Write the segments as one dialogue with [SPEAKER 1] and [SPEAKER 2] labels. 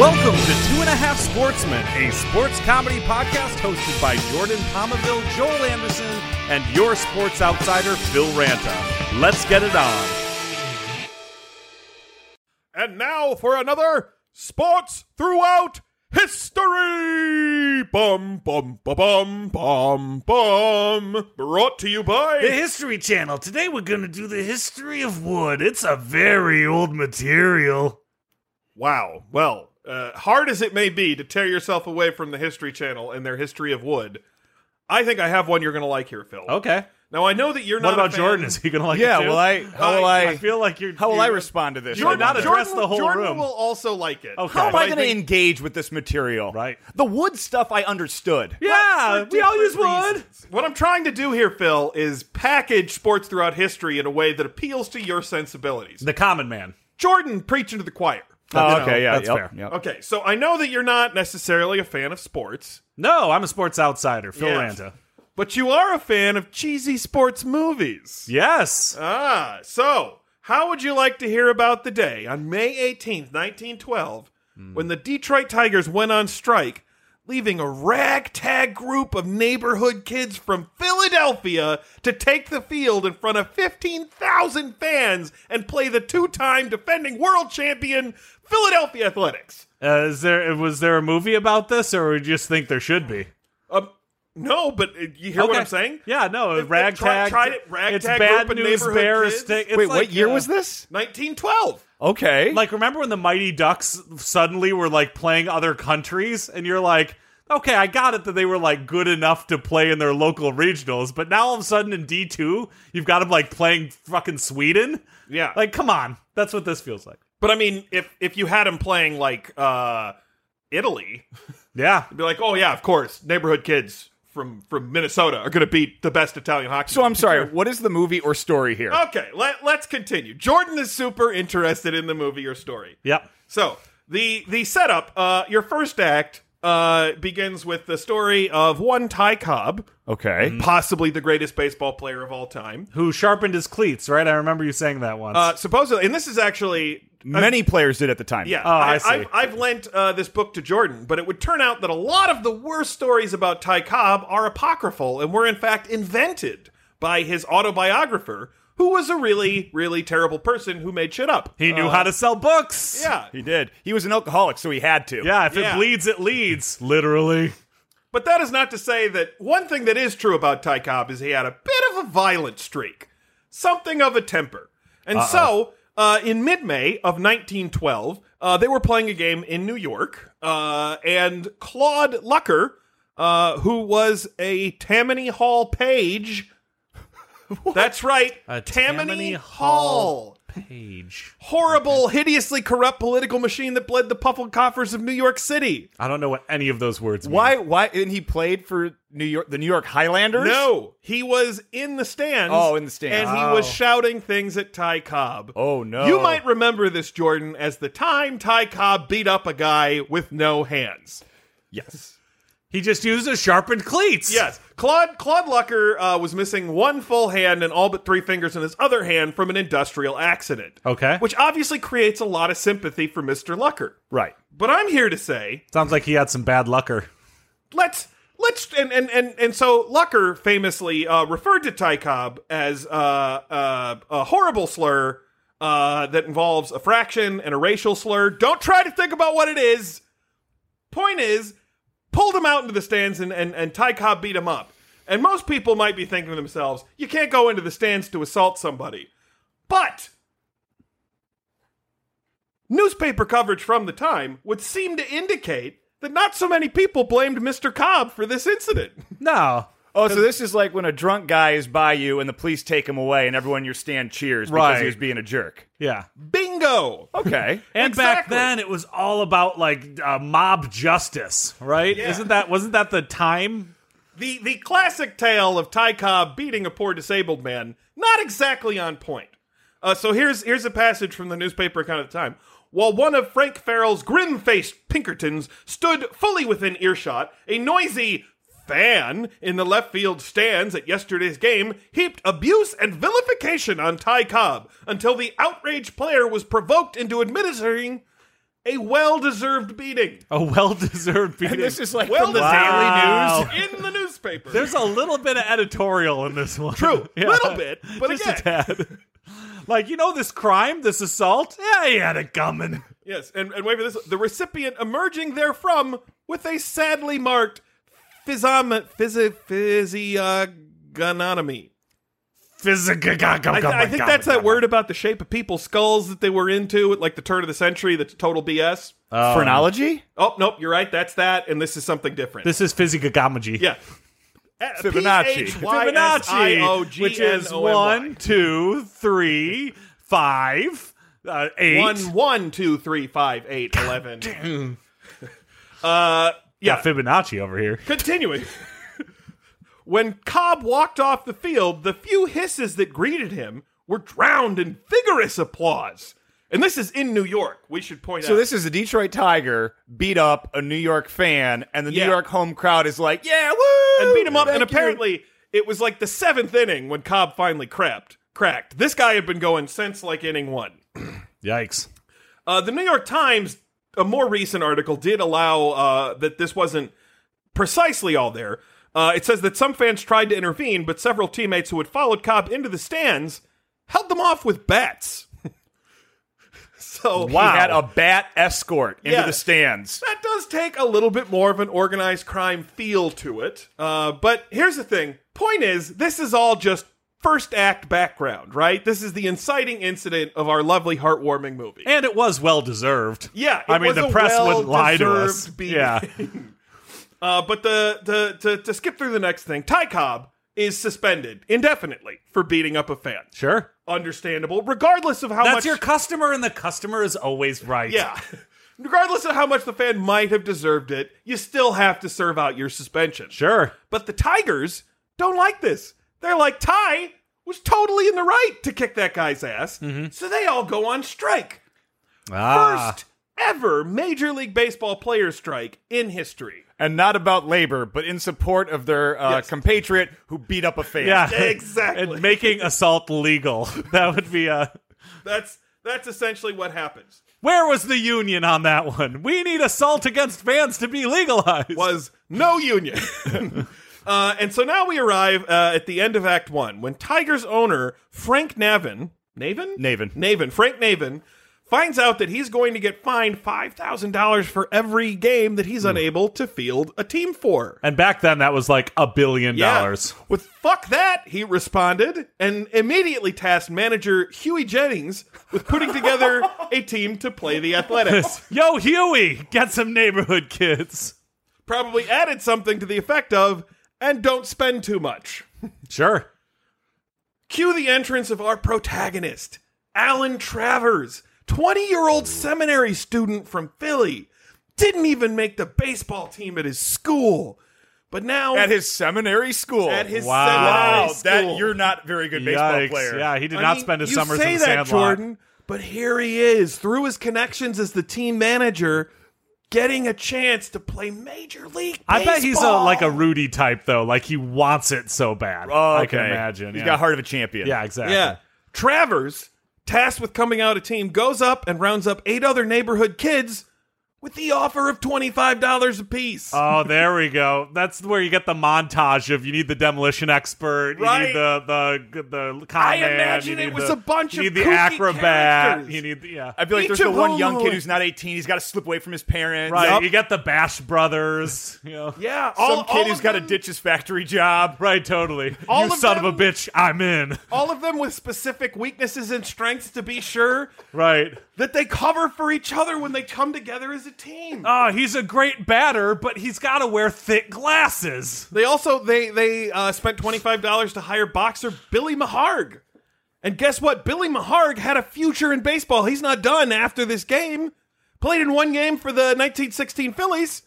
[SPEAKER 1] Welcome to Two and a Half Sportsmen, a sports comedy podcast hosted by Jordan Palmaville, Joel Anderson, and your sports outsider, Phil Ranta. Let's get it on. And now for another Sports Throughout History! Bum, bum, bum, bum, bum, bum. Brought to you by.
[SPEAKER 2] The History Channel. Today we're going to do the history of wood. It's a very old material.
[SPEAKER 1] Wow. Well, uh, hard as it may be to tear yourself away from the History Channel and their history of wood, I think I have one you're going to like here, Phil.
[SPEAKER 3] Okay.
[SPEAKER 1] Now I know that you're
[SPEAKER 2] Oh. What
[SPEAKER 1] not. a
[SPEAKER 2] about
[SPEAKER 1] fan-
[SPEAKER 2] Jordan? Is he going to like
[SPEAKER 3] Yeah.
[SPEAKER 2] it too?
[SPEAKER 3] Well, I how will I,
[SPEAKER 2] I feel like you're.
[SPEAKER 3] how will
[SPEAKER 2] you-
[SPEAKER 3] I respond to this?
[SPEAKER 2] You're
[SPEAKER 3] I
[SPEAKER 2] not
[SPEAKER 3] wonder.
[SPEAKER 2] a- address the whole
[SPEAKER 1] Jordan
[SPEAKER 2] room.
[SPEAKER 1] will also like it.
[SPEAKER 2] Okay.
[SPEAKER 3] How am
[SPEAKER 1] But
[SPEAKER 3] I going to
[SPEAKER 1] think-
[SPEAKER 3] engage with this material?
[SPEAKER 2] Right.
[SPEAKER 3] The wood stuff I understood.
[SPEAKER 2] Yeah,
[SPEAKER 1] for
[SPEAKER 2] we all use
[SPEAKER 1] different
[SPEAKER 2] wood.
[SPEAKER 1] reasons. What I'm trying to do here, Phil, is package sports throughout history in a way that appeals to your sensibilities.
[SPEAKER 2] The Uh, common man.
[SPEAKER 1] Jordan preaching to the choir.
[SPEAKER 3] Oh,
[SPEAKER 2] No,
[SPEAKER 3] okay. Yeah.
[SPEAKER 2] that's
[SPEAKER 3] yep,
[SPEAKER 2] fair.
[SPEAKER 3] yep.
[SPEAKER 1] Okay, so I know that you're not necessarily a fan of sports,
[SPEAKER 2] No, I'm a sports outsider, Phil
[SPEAKER 1] Yes.
[SPEAKER 2] Ranta.
[SPEAKER 1] but you are a fan of cheesy sports movies.
[SPEAKER 2] Yes.
[SPEAKER 1] Ah, so how would you like to hear about the day on May 18th, 1912, when the Detroit Tigers went on strike, leaving a ragtag group of neighborhood kids from Philadelphia to take the field in front of 15,000 fans and play the two time defending world champion Philadelphia Athletics?
[SPEAKER 2] Uh, is there was there a movie about this, or you just think there should be?
[SPEAKER 1] Um, no, but uh, you hear what
[SPEAKER 2] Okay.
[SPEAKER 1] I'm saying?
[SPEAKER 2] Yeah, no,
[SPEAKER 1] If- if
[SPEAKER 2] ragtag.
[SPEAKER 1] try- try it,
[SPEAKER 2] it's
[SPEAKER 1] ragtag
[SPEAKER 2] bad
[SPEAKER 1] group of
[SPEAKER 2] news
[SPEAKER 1] neighborhood
[SPEAKER 2] bear
[SPEAKER 1] kids.
[SPEAKER 2] stick. It's
[SPEAKER 3] Wait,
[SPEAKER 2] like,
[SPEAKER 3] what year
[SPEAKER 2] uh,
[SPEAKER 3] was this?
[SPEAKER 1] 1912.
[SPEAKER 3] Okay.
[SPEAKER 2] Like, remember when the Mighty Ducks suddenly were like playing other countries, and you're like, okay, I got it that they were like good enough to play in their local regionals, but now all of a sudden in D2, you've got them like playing fucking Sweden?
[SPEAKER 1] Yeah.
[SPEAKER 2] Like, come on. That's what this feels like.
[SPEAKER 1] But I mean, if if you had him playing like uh Italy,
[SPEAKER 2] Yeah.
[SPEAKER 1] it'd be like, oh yeah, of course, neighborhood kids from from Minnesota are going to beat the best Italian hockey.
[SPEAKER 3] so
[SPEAKER 1] team.
[SPEAKER 3] I'm sorry. What is the movie or story here?
[SPEAKER 1] okay. Let let's continue. Jordan is super interested in the movie or story.
[SPEAKER 2] Yep.
[SPEAKER 1] So the the setup, uh, your first act uh begins with the story of one Ty Cobb,
[SPEAKER 3] Okay.
[SPEAKER 1] mm. possibly the greatest baseball player of all time.
[SPEAKER 2] Who sharpened his cleats, right? I remember you saying that once.
[SPEAKER 1] Uh, supposedly, and this is actually
[SPEAKER 3] Many players did at the time.
[SPEAKER 1] Yeah,
[SPEAKER 2] Oh, I see.
[SPEAKER 1] have I've lent uh, this book to Jordan, but it would turn out that a lot of the worst stories about Ty Cobb are apocryphal and were in fact invented by his autobiographer, who was a really, really terrible person who made shit up. Uh,
[SPEAKER 2] he knew how to sell books.
[SPEAKER 1] yeah,
[SPEAKER 3] Uh, He did. He was an alcoholic, so he had to.
[SPEAKER 2] Yeah, if
[SPEAKER 1] Yeah.
[SPEAKER 2] it bleeds, it leads. Literally.
[SPEAKER 1] but that is not to say that one thing that is true about Ty Cobb is he had a bit of a violent streak, something of a temper, and so. Uh, in mid-May of 1912, uh, they were playing a game in New York, uh, and Claude Lucker, uh, who was a Tammany Hall page. That's right, Tammany Hall.
[SPEAKER 2] Page.
[SPEAKER 1] Horrible, hideously corrupt political machine that bled the puffled coffers of New York City.
[SPEAKER 2] I don't know what any of those words mean.
[SPEAKER 3] Why? Why? And he played for New York, the New York Highlanders.
[SPEAKER 1] No, he was in the stands.
[SPEAKER 3] Oh, in the stands.
[SPEAKER 1] And he
[SPEAKER 3] Oh.
[SPEAKER 1] was shouting things at Ty Cobb.
[SPEAKER 3] Oh no.
[SPEAKER 1] You might remember this, Jordan, as the time Ty Cobb beat up a guy with no hands.
[SPEAKER 3] Yes.
[SPEAKER 2] He just used his sharpened cleats.
[SPEAKER 1] Yes, Claude Claude Lucker uh, was missing one full hand and all but three fingers in his other hand from an industrial accident.
[SPEAKER 2] Okay.
[SPEAKER 1] which obviously creates a lot of sympathy for Mister Lucker.
[SPEAKER 3] Right.
[SPEAKER 1] But I'm here to say,
[SPEAKER 2] Sounds like he had some bad lucker.
[SPEAKER 1] let's let's and and and, and so Lucker famously uh, referred to Ty Cobb as uh, uh, a horrible slur uh, that involves a fraction and a racial slur. Don't try to think about what it is. Point is, pulled him out into the stands and and, and Ty Cobb beat him up. And most people might be thinking to themselves, you can't go into the stands to assault somebody. But Newspaper coverage from the time would seem to indicate that not so many people blamed Mr. Cobb for this incident.
[SPEAKER 2] No.
[SPEAKER 3] Oh, so this is like when a drunk guy is by you and the police take him away and everyone in your stand cheers because
[SPEAKER 2] Right.
[SPEAKER 3] he was being a jerk.
[SPEAKER 2] Yeah.
[SPEAKER 1] Bingo!
[SPEAKER 3] Okay.
[SPEAKER 2] And back
[SPEAKER 1] Exactly.
[SPEAKER 2] then, it was all about like uh, mob justice, right?
[SPEAKER 1] Yeah.
[SPEAKER 2] Isn't that wasn't that the time?
[SPEAKER 1] The the classic tale of Ty Cobb beating a poor disabled man, not exactly on point. Uh, so here's here's a passage from the newspaper account at the time. While one of Frank Farrell's grim-faced Pinkertons stood fully within earshot, a noisy fan in the left field stands at yesterday's game heaped abuse and vilification on Ty Cobb until the outraged player was provoked into administering a well-deserved beating
[SPEAKER 2] A well-deserved beating.
[SPEAKER 3] And this is like
[SPEAKER 1] Well,
[SPEAKER 3] from the
[SPEAKER 1] this-
[SPEAKER 2] Wow.
[SPEAKER 3] Daily News.
[SPEAKER 1] in the newspaper.
[SPEAKER 2] There's a little bit of editorial in this one.
[SPEAKER 1] True. Little bit, but
[SPEAKER 2] Just
[SPEAKER 1] again.
[SPEAKER 2] a tad. Like you know, this crime, this assault. Yeah, he had it coming.
[SPEAKER 1] yes, and, and wait for this. The recipient emerging therefrom with a sadly marked physom physi- physiognomy.
[SPEAKER 2] Physical.
[SPEAKER 1] I, I think that's that word about the shape of people's skulls that they were into at like the turn of the century. That's total BS.
[SPEAKER 3] Phrenology?
[SPEAKER 1] Oh nope, you're right. That's that, and this is something different.
[SPEAKER 2] This is physiognomy.
[SPEAKER 1] yeah.
[SPEAKER 2] Uh,
[SPEAKER 3] Fibonacci.
[SPEAKER 2] Fibonacci, which is one, two, three, five, uh, eight.
[SPEAKER 1] One, one, two, three, five, eight, eleven. Uh,
[SPEAKER 2] yeah,
[SPEAKER 1] yeah.
[SPEAKER 2] Fibonacci over here.
[SPEAKER 1] Continuing. when Cobb walked off the field, the few hisses that greeted him were drowned in vigorous applause. And this is in New York. We should point
[SPEAKER 3] So
[SPEAKER 1] out.
[SPEAKER 3] this is a Detroit Tiger beat up a New York fan, and the
[SPEAKER 1] Yeah.
[SPEAKER 3] New York home crowd is like, "Yeah, woo!"
[SPEAKER 1] and beat him up. And
[SPEAKER 3] Thank you."
[SPEAKER 1] apparently, it was like the seventh inning when Cobb finally crapped, cracked. This guy had been going since like inning one.
[SPEAKER 2] Yikes.
[SPEAKER 1] Uh, the New York Times, a more recent article, did allow uh, that this wasn't precisely all there. Uh, it says that some fans tried to intervene, but several teammates who had followed Cobb into the stands held them off with bats. so
[SPEAKER 3] he had a bat escort into
[SPEAKER 1] Yeah.
[SPEAKER 3] the stands.
[SPEAKER 1] that does take a little bit more of an organized crime feel to it. Uh, but here's the thing point is, this is all just first act background, right? This is the inciting incident of our lovely, heartwarming movie.
[SPEAKER 2] And it was well deserved.
[SPEAKER 1] Yeah, it
[SPEAKER 2] I mean
[SPEAKER 1] was
[SPEAKER 2] the
[SPEAKER 1] a
[SPEAKER 2] press wouldn't lie to us.
[SPEAKER 1] well-deserved beating.
[SPEAKER 2] Yeah,
[SPEAKER 1] Uh, but the, the to, to skip through the next thing, Ty Cobb is suspended indefinitely for beating up a fan.
[SPEAKER 2] sure.
[SPEAKER 1] Understandable, regardless of how
[SPEAKER 2] That's
[SPEAKER 1] much
[SPEAKER 2] your customer, and the customer is always right.
[SPEAKER 1] yeah. Regardless of how much the fan might have deserved it, you still have to serve out your suspension.
[SPEAKER 2] sure.
[SPEAKER 1] But the Tigers don't like this. They're like, Ty was totally in the right to kick that guy's ass.
[SPEAKER 2] Mm-hmm.
[SPEAKER 1] So they all go on strike.
[SPEAKER 2] Ah.
[SPEAKER 1] First ever Major League Baseball player strike in history.
[SPEAKER 3] And not about labor, but in support of their uh,
[SPEAKER 1] Yes.
[SPEAKER 3] compatriot who beat up a fan.
[SPEAKER 2] Yeah,
[SPEAKER 1] Exactly.
[SPEAKER 2] And making assault legal. That would be uh, a.
[SPEAKER 1] That's that's essentially what happens.
[SPEAKER 2] Where was the union on that one? We need assault against fans to be legalized.
[SPEAKER 1] was no union. uh, and so now we arrive uh, at the end of Act One when Tiger's owner, Frank Navin, Navin?
[SPEAKER 3] Navin.
[SPEAKER 1] Navin, Frank Navin, finds out that he's going to get fined $5,000 for every game that he's unable to field a team for.
[SPEAKER 2] And back then, that was like a billion
[SPEAKER 1] Yeah.
[SPEAKER 2] dollars.
[SPEAKER 1] With fuck that, he responded and immediately tasked manager Huey Jennings with putting together a team to play the Athletics.
[SPEAKER 2] Yo, Huey, get some neighborhood kids.
[SPEAKER 1] Probably added something to the effect of, and don't spend too much.
[SPEAKER 2] Sure.
[SPEAKER 1] Cue the entrance of our protagonist, Alan Travers, 20 year old seminary student from Philly. Didn't even make the baseball team at his school. But now,
[SPEAKER 3] At his seminary school.
[SPEAKER 1] at his
[SPEAKER 2] Wow.
[SPEAKER 1] seminary
[SPEAKER 3] wow,
[SPEAKER 1] school.
[SPEAKER 3] that you're not a very good baseball
[SPEAKER 2] Yikes.
[SPEAKER 3] player.
[SPEAKER 2] Yeah, he did
[SPEAKER 1] I
[SPEAKER 2] not
[SPEAKER 1] mean,
[SPEAKER 2] spend his
[SPEAKER 1] you
[SPEAKER 2] summers
[SPEAKER 1] say
[SPEAKER 2] in the
[SPEAKER 1] that,
[SPEAKER 2] Sandlot.
[SPEAKER 1] Jordan, but here he is, through his connections as the team manager, getting a chance to play Major League Baseball.
[SPEAKER 2] I bet he's a like a Rudy type though. Like he wants it so bad.
[SPEAKER 3] Oh,
[SPEAKER 2] I can
[SPEAKER 3] okay.
[SPEAKER 2] imagine.
[SPEAKER 3] He's
[SPEAKER 2] yeah.
[SPEAKER 3] got heart of a champion.
[SPEAKER 2] Yeah, exactly.
[SPEAKER 1] Yeah. Travers, tasked with coming out a team, goes up and rounds up eight other neighborhood kids with the offer of $25 apiece.
[SPEAKER 2] Oh, there we go. That's where you get the montage of you need the demolition expert, you
[SPEAKER 1] Right.
[SPEAKER 2] need the the the con
[SPEAKER 1] I
[SPEAKER 2] man,
[SPEAKER 1] imagine
[SPEAKER 2] you
[SPEAKER 1] it
[SPEAKER 2] need
[SPEAKER 1] was
[SPEAKER 2] the,
[SPEAKER 1] a bunch
[SPEAKER 2] you
[SPEAKER 1] of
[SPEAKER 2] need the
[SPEAKER 1] kooky
[SPEAKER 2] acrobat,
[SPEAKER 1] characters.
[SPEAKER 2] you need the, yeah.
[SPEAKER 3] I feel like
[SPEAKER 1] Each
[SPEAKER 3] there's the
[SPEAKER 1] of
[SPEAKER 3] one
[SPEAKER 1] whom-
[SPEAKER 3] young kid who's not 18. He's got to slip away from his parents.
[SPEAKER 2] Right,
[SPEAKER 1] Yup.
[SPEAKER 2] you get the Bash Brothers. You know.
[SPEAKER 1] yeah.
[SPEAKER 3] Some
[SPEAKER 1] All, all
[SPEAKER 3] kid who's
[SPEAKER 1] of
[SPEAKER 3] got to
[SPEAKER 1] them-
[SPEAKER 3] ditch his factory job.
[SPEAKER 2] Right, totally.
[SPEAKER 1] All
[SPEAKER 2] you
[SPEAKER 1] of
[SPEAKER 2] son
[SPEAKER 1] them-
[SPEAKER 2] of a bitch, I'm in.
[SPEAKER 1] All of them with specific weaknesses and strengths to be sure
[SPEAKER 2] Right.
[SPEAKER 1] that they cover for each other when they come together as a team.
[SPEAKER 2] Oh, he's a great batter, but he's got to wear thick glasses.
[SPEAKER 1] They also they they uh, spent twenty five dollars to hire boxer Billy Maharg, and guess what? Billy Maharg had a future in baseball. He's not done after this game. Played in one game for the nineteen sixteen Phillies.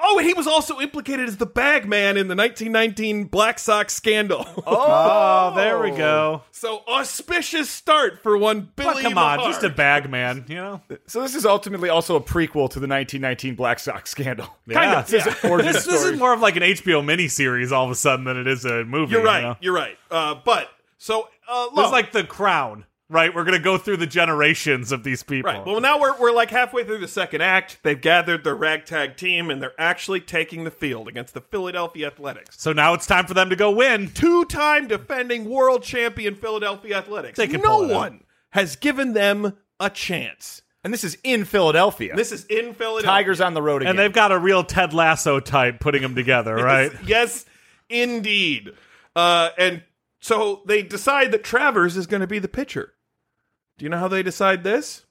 [SPEAKER 1] Oh, and he was also implicated as the bag man in the nineteen nineteen Black Sox scandal.
[SPEAKER 2] Oh, there we go.
[SPEAKER 1] so auspicious start for one Billy.
[SPEAKER 2] But come on,
[SPEAKER 1] Maharg.
[SPEAKER 2] just a bag man, you know?
[SPEAKER 3] So this is ultimately also a prequel to the 1919 Black Sox scandal.
[SPEAKER 2] Yeah.
[SPEAKER 3] Kind of. This is an origin
[SPEAKER 2] This, this
[SPEAKER 3] story.
[SPEAKER 2] is more of like an HBO miniseries all of a sudden than it is a movie.
[SPEAKER 1] You're
[SPEAKER 2] You know?
[SPEAKER 1] right. You're right. Uh, but so uh,
[SPEAKER 2] This
[SPEAKER 1] Lo-
[SPEAKER 2] is like The Crown. right? We're gonna go through the generations of these people.
[SPEAKER 1] Right. Well, now we're, we're like halfway through the second act. They've gathered their ragtag team and they're actually taking the field against the Philadelphia Athletics.
[SPEAKER 2] so now it's time for them to go win.
[SPEAKER 1] Two time defending world champion Philadelphia Athletics.
[SPEAKER 2] They can
[SPEAKER 1] no
[SPEAKER 2] pull it out.
[SPEAKER 1] one has given them a chance.
[SPEAKER 3] And this is in Philadelphia.
[SPEAKER 1] This is in Philadelphia.
[SPEAKER 3] Tigers on the road again.
[SPEAKER 2] And they've got a real Ted Lasso type putting them together, right?
[SPEAKER 1] Yes, indeed. Uh, and so they decide that Travers is going to be the pitcher. Do you know how they decide this?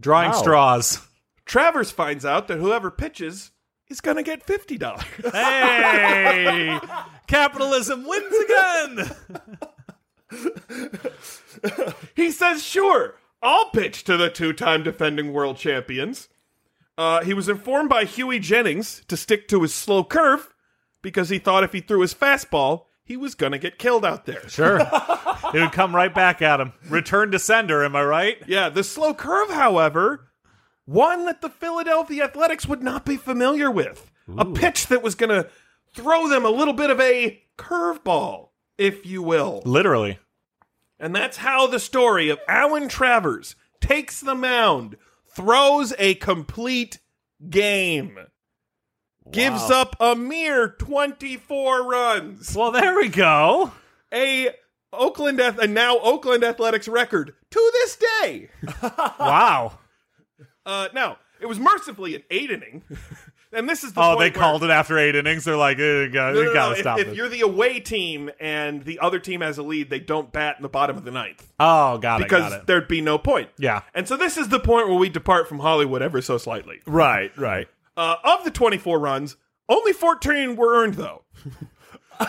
[SPEAKER 2] Drawing
[SPEAKER 3] Wow.
[SPEAKER 2] straws.
[SPEAKER 1] Travers finds out that whoever pitches is going to get fifty dollars.
[SPEAKER 2] Hey, capitalism wins again.
[SPEAKER 1] he says, "Sure, I'll pitch to the two-time defending world champions." Uh, he was informed by Huey Jennings to stick to his slow curve because he thought if he threw his fastball, he was going to get killed out there.
[SPEAKER 2] Sure, it would come right back at him. Return to sender. Am I right?
[SPEAKER 1] Yeah, the slow curve, however, one that the Philadelphia Athletics would not be familiar with. A pitch that was going to throw them a little bit of a curveball, if you will.
[SPEAKER 2] Literally.
[SPEAKER 1] And that's how the story of Alan Travers takes the mound, throws a complete game, gives up a mere 24 runs.
[SPEAKER 2] Well, there we go.
[SPEAKER 1] A Oakland Ath- a now Oakland Athletics record to this day.
[SPEAKER 2] Wow.
[SPEAKER 1] Uh, now, it was mercifully an eight inning. and this is the
[SPEAKER 2] Oh,
[SPEAKER 1] point
[SPEAKER 2] they
[SPEAKER 1] where-
[SPEAKER 2] called it after eight innings. They're like, eh, you gotta,
[SPEAKER 1] No, no,
[SPEAKER 2] you
[SPEAKER 1] no,
[SPEAKER 2] gotta
[SPEAKER 1] if-
[SPEAKER 2] stop
[SPEAKER 1] if,
[SPEAKER 2] it.
[SPEAKER 1] you're the away team and the other team has a lead, they don't bat in the bottom of the ninth.
[SPEAKER 2] Oh, got it, got
[SPEAKER 1] because
[SPEAKER 2] it.
[SPEAKER 1] there'd be no point.
[SPEAKER 2] Yeah.
[SPEAKER 1] And so this is the point where we depart from Hollywood ever so slightly.
[SPEAKER 3] right, right.
[SPEAKER 1] Uh, of the 24 runs, only 14 were earned, though.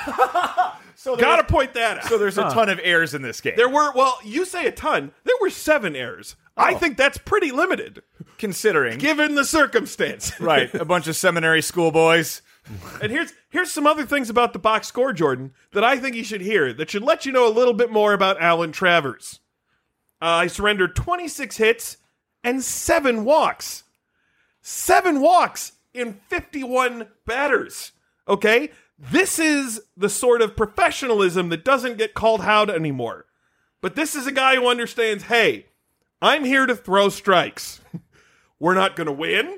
[SPEAKER 3] So
[SPEAKER 1] Got to point that out.
[SPEAKER 3] So there's a ton of errors in this game.
[SPEAKER 1] there were, well, you say a ton. There were seven errors.
[SPEAKER 3] Oh.
[SPEAKER 1] I think that's pretty limited,
[SPEAKER 3] considering
[SPEAKER 1] given the circumstance.
[SPEAKER 3] right a bunch of seminary schoolboys.
[SPEAKER 1] and here's here's some other things about the box score, Jordan, that I think you should hear that should let you know a little bit more about Alan Travers. Uh, he surrendered 26 hits and seven walks. Seven walks in 51 batters. Okay? This is the sort of professionalism that doesn't get called out anymore. But this is a guy who understands hey, I'm here to throw strikes. We're not going to win.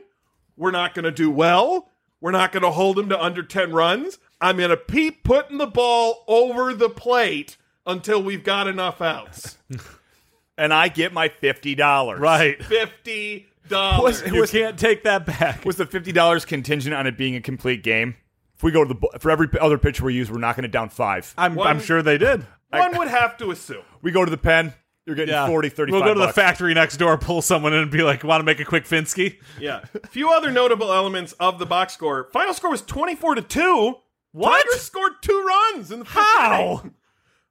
[SPEAKER 1] We're not going to do well. We're not going to hold him to under 10 runs. I'm going to keep putting the ball over the plate until we've got enough outs.
[SPEAKER 3] And I get my fifty dollars.
[SPEAKER 2] Right.
[SPEAKER 1] $50. dollars
[SPEAKER 3] it
[SPEAKER 2] You
[SPEAKER 3] was-
[SPEAKER 2] can't take that back.
[SPEAKER 3] Was the fifty dollars contingent on it being a complete game? If we go to the bu- for every other pitch we use, we're knocking it down five.
[SPEAKER 2] I'm,
[SPEAKER 1] One-
[SPEAKER 2] I'm sure they did.
[SPEAKER 1] One would have to assume.
[SPEAKER 3] We go to the pen. You're getting
[SPEAKER 2] Yeah.
[SPEAKER 3] forty, thirty. 40, 35
[SPEAKER 2] We'll go to the
[SPEAKER 3] bucks.
[SPEAKER 2] factory next door, pull someone in, and be like, want to make a quick Finsky?
[SPEAKER 1] Yeah. Few other notable elements of the box score. Final score was 24 to 2.
[SPEAKER 2] What?
[SPEAKER 1] Tigers scored two runs in the first inning.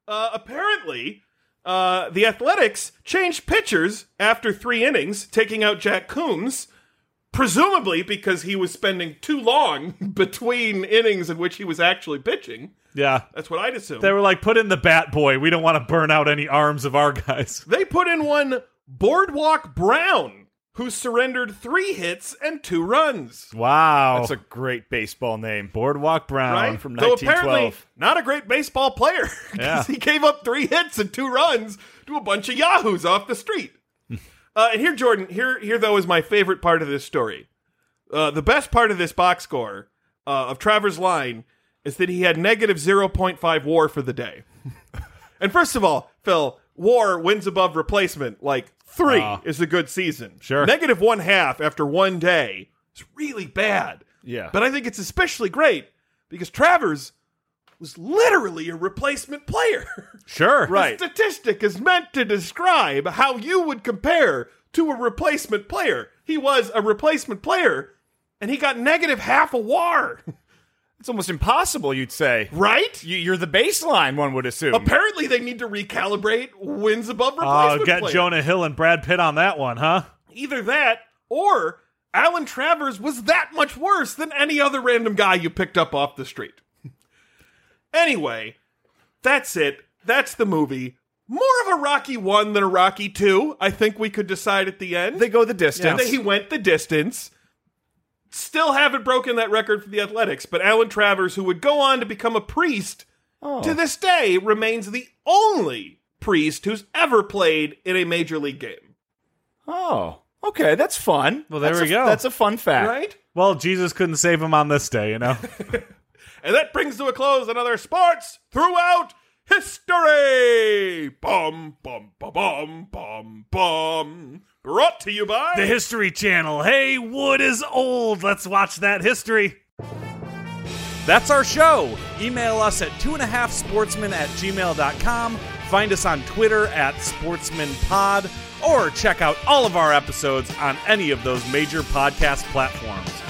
[SPEAKER 2] How?
[SPEAKER 1] Uh, apparently, uh, the Athletics changed pitchers after three innings, taking out Jack Coombs, presumably because he was spending too long between innings in which he was actually pitching.
[SPEAKER 2] Yeah.
[SPEAKER 1] That's what I'd assume.
[SPEAKER 2] They were like, put in the bat boy. We don't want to burn out any arms of our guys.
[SPEAKER 1] they put in one Boardwalk Brown, who surrendered three hits and two runs.
[SPEAKER 2] Wow.
[SPEAKER 3] That's a great baseball name.
[SPEAKER 2] Boardwalk Brown.
[SPEAKER 1] Right?
[SPEAKER 3] from
[SPEAKER 1] Though apparently
[SPEAKER 3] 1912.
[SPEAKER 1] not a great baseball player 'cause
[SPEAKER 2] Yeah.
[SPEAKER 1] he gave up three hits and two runs to a bunch of yahoos off the street. uh, and here, Jordan, here, here though is my favorite part of this story. Uh, the best part of this box score uh, of Travers' line is that he had negative zero point five WAR for the day. and first of all, Phil, WAR wins above replacement like three
[SPEAKER 2] Ah.
[SPEAKER 1] is a good season.
[SPEAKER 2] Sure.
[SPEAKER 1] negative one half after one day is really bad.
[SPEAKER 3] Yeah.
[SPEAKER 1] But I think it's especially great because Travers was literally a replacement player.
[SPEAKER 2] Sure.
[SPEAKER 3] Right.
[SPEAKER 1] The statistic is meant to describe how you would compare to a replacement player. He was a replacement player and he got negative half a war,
[SPEAKER 3] It's almost impossible, you'd say.
[SPEAKER 1] right?
[SPEAKER 3] You- You're the baseline, one would assume.
[SPEAKER 1] Apparently, they need to recalibrate wins above
[SPEAKER 2] Oh,
[SPEAKER 1] replacement
[SPEAKER 2] get
[SPEAKER 1] player.
[SPEAKER 2] Jonah Hill and Brad Pitt on that one, huh?
[SPEAKER 1] Either that or Alan Travers was that much worse than any other random guy you picked up off the street. anyway, that's it. That's the movie. More of a Rocky 1 than a Rocky 2, I think we could decide at the end.
[SPEAKER 3] They go the distance.
[SPEAKER 1] that he went the distance. Still haven't broken that record for the athletics, but Alan Travers, who would go on to become a priest, to this day remains the only priest who's ever played in a major league game.
[SPEAKER 3] Oh, okay, that's fun.
[SPEAKER 2] Well, there
[SPEAKER 3] That's
[SPEAKER 2] we
[SPEAKER 3] a-
[SPEAKER 2] go.
[SPEAKER 3] That's a fun fact.
[SPEAKER 1] Right?
[SPEAKER 2] Well, Jesus couldn't save him on this day, you know.
[SPEAKER 1] And that brings to a close another sports throughout history. Bum bum bum bum bum bum. Brought to you by
[SPEAKER 2] the History Channel. Hey, Wood is old. Let's watch that history. That's our show. Email us at two and a half sportsmen at gmail.com. Find us on Twitter at sportsmanpod or check out all of our episodes on any of those major podcast platforms.